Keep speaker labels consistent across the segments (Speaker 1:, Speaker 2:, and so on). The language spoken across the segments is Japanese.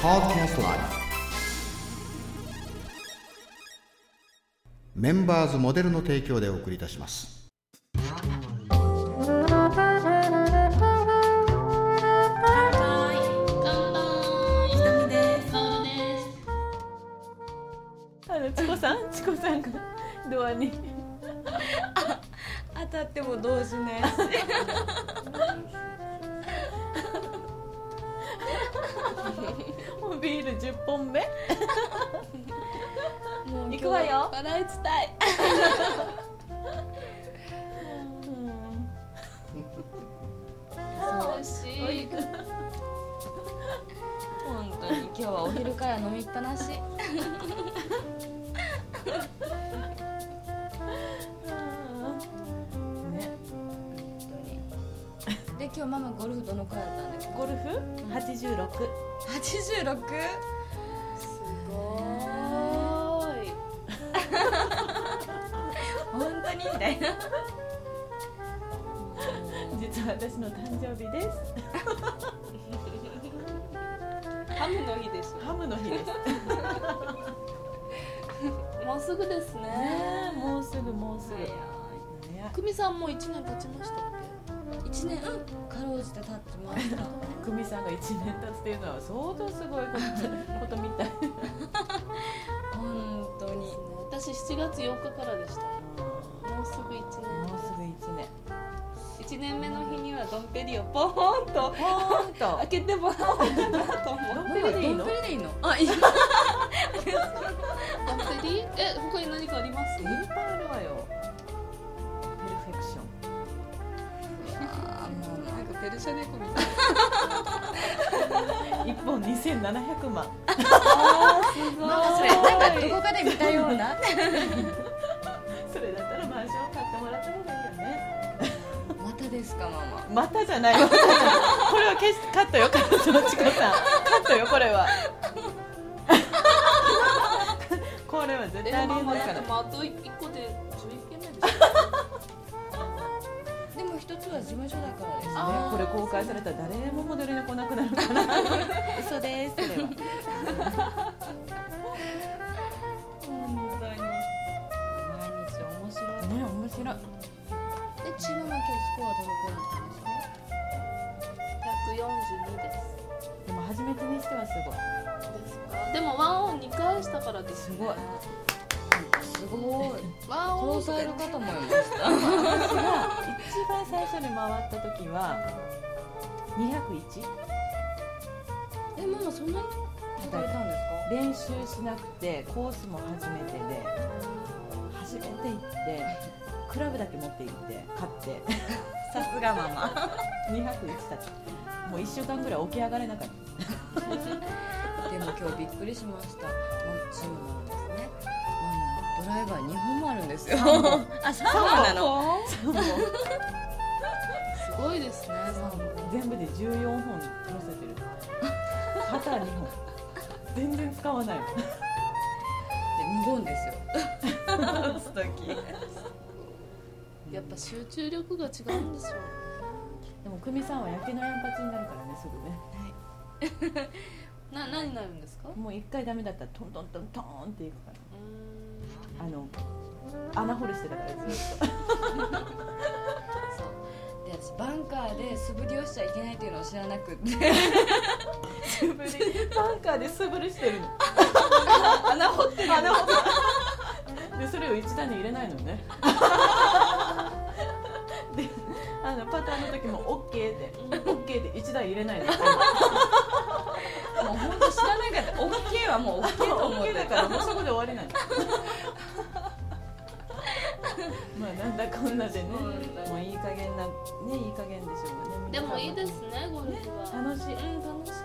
Speaker 1: Podcast Life メンバーズモデルの提供でお送りいたします
Speaker 2: 乾杯乾杯ひとみですカオルです
Speaker 3: あのチコさん、チコさんがドアに
Speaker 4: 当たってもどうし ないし
Speaker 3: もうビール10本目
Speaker 4: もう
Speaker 3: 行くわよ
Speaker 4: 笑いつたい楽しい本当に今日はお昼から飲みっぱなし
Speaker 3: ね、
Speaker 4: 本当にで今日ママゴルフどのくらいだったんだっけ
Speaker 3: ゴルフ86
Speaker 4: 86? すごーい 本当にみたいな
Speaker 3: 実は私の誕生日です
Speaker 4: ハムの日でし
Speaker 3: ハムの日です
Speaker 4: ょもうすぐですね
Speaker 3: もうすぐもうすぐ
Speaker 4: 早い
Speaker 3: ね
Speaker 5: 久美さんも一年経ちましたっ
Speaker 4: 一年かろうじて経ってました
Speaker 3: 久美さんが1年経つっていうのは相当すごいこと ことみたい
Speaker 4: 本当に
Speaker 5: け私7月4日からでした
Speaker 3: も
Speaker 5: もうすぐ1
Speaker 3: うすぐ1年
Speaker 5: 年1年目の日にはドンペリをポーンと
Speaker 3: ほーんと
Speaker 5: 開けてもらおうかなと思
Speaker 3: ド
Speaker 5: う
Speaker 3: ンペリでいいの
Speaker 4: ドンペリでいいのあいい
Speaker 5: ドンペリえ他に何かあります
Speaker 3: いっぱいあるわよペルフェクション
Speaker 5: なんかペルシャ猫みたい
Speaker 3: 一本2700万
Speaker 4: なんかそれなんかどこかで見たような
Speaker 3: それだったらマンション買ってもらった方がいいよね
Speaker 4: またですかママ
Speaker 3: またじゃないまたじゃないこれは消しカットよカットのチコさんカットよこれはこれは絶対
Speaker 5: え
Speaker 3: ありえ
Speaker 5: ママ
Speaker 3: ないか
Speaker 5: で
Speaker 3: ら
Speaker 5: もあと1個で11件目でし
Speaker 4: でも一つは事務所だからですね
Speaker 3: ねこれ公開されたら誰もモデルに来なくなるから嘘ですそれは
Speaker 4: 本当に毎日面白い
Speaker 3: ね面白い
Speaker 4: でチームマ今日スコアどのくらいだったんですか
Speaker 5: た142です
Speaker 3: でも初めてにしてはすごい
Speaker 5: ですかでもワンオン2回したからですすね
Speaker 3: ごい
Speaker 4: すご い
Speaker 5: ワンオン
Speaker 4: 殺
Speaker 5: とか言っ
Speaker 4: されるか
Speaker 5: て
Speaker 4: と思いました
Speaker 3: 私が一番最初に回った時は 201?
Speaker 4: えママそんなに働いたんですか
Speaker 3: 練習しなくてコースも初めてで初めて行ってクラブだけ持って行って買って
Speaker 4: さすがママ
Speaker 3: 201たちもう1週間ぐらい起き上がれなかった
Speaker 4: でも今日びっくりしましたママチームマですねママドライバー2本もあるんですよあ三本なの
Speaker 3: 3本
Speaker 5: すごいですね
Speaker 4: 三本
Speaker 3: 全部で14本乗せてる肩2本全然使わないもん
Speaker 4: で無言ですよ打つ時
Speaker 5: やっぱ集中力が違うんですよ
Speaker 3: でも久美さんは焼けのやんぱちになるからねすぐね
Speaker 5: な何になるんですかう
Speaker 3: もう1回ダメだったらトントントントーンっていくから
Speaker 5: ーん
Speaker 3: あの穴掘りしてたからずっと
Speaker 4: そうで私バンカーで素振りをしちゃいけないっていうのを知らなくって
Speaker 3: バンカーで素振りしてるの
Speaker 4: 穴掘ってる
Speaker 3: 穴掘って でそれを一段に入れないのね であのパターンの時も OK で OK で一段入れないの
Speaker 4: もう本当知らなかった OK はもう OK と思っ
Speaker 3: OK
Speaker 4: て
Speaker 3: だからもうそこで終わ りなのまあなんだかんなでねもういい加減なねいい加減でしょうかね
Speaker 5: でもいいですねゴルフは、
Speaker 3: 楽し
Speaker 5: うん楽し
Speaker 3: い
Speaker 5: い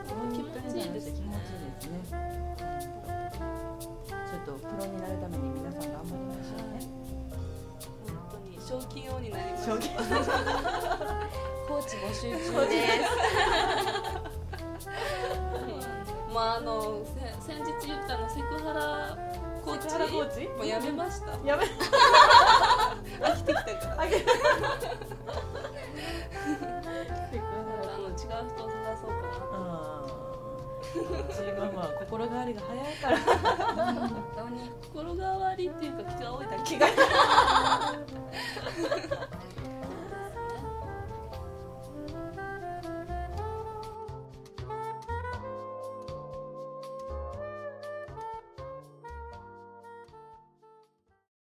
Speaker 5: 気持ちいいです
Speaker 3: 気持ちいいですねちょっとプロになるために皆さん頑張りましょうね
Speaker 5: 本当に賞金王になります
Speaker 3: 将棋
Speaker 4: コーチ募集中です
Speaker 5: まああのせ先日言ったあのセクハラコーチ
Speaker 3: セクハラコーチ
Speaker 5: もうやめました
Speaker 3: やめ
Speaker 5: 飽きてきたから
Speaker 3: あげる
Speaker 5: あの違う人を探そうかな
Speaker 3: あ チーママは心変わりが早いから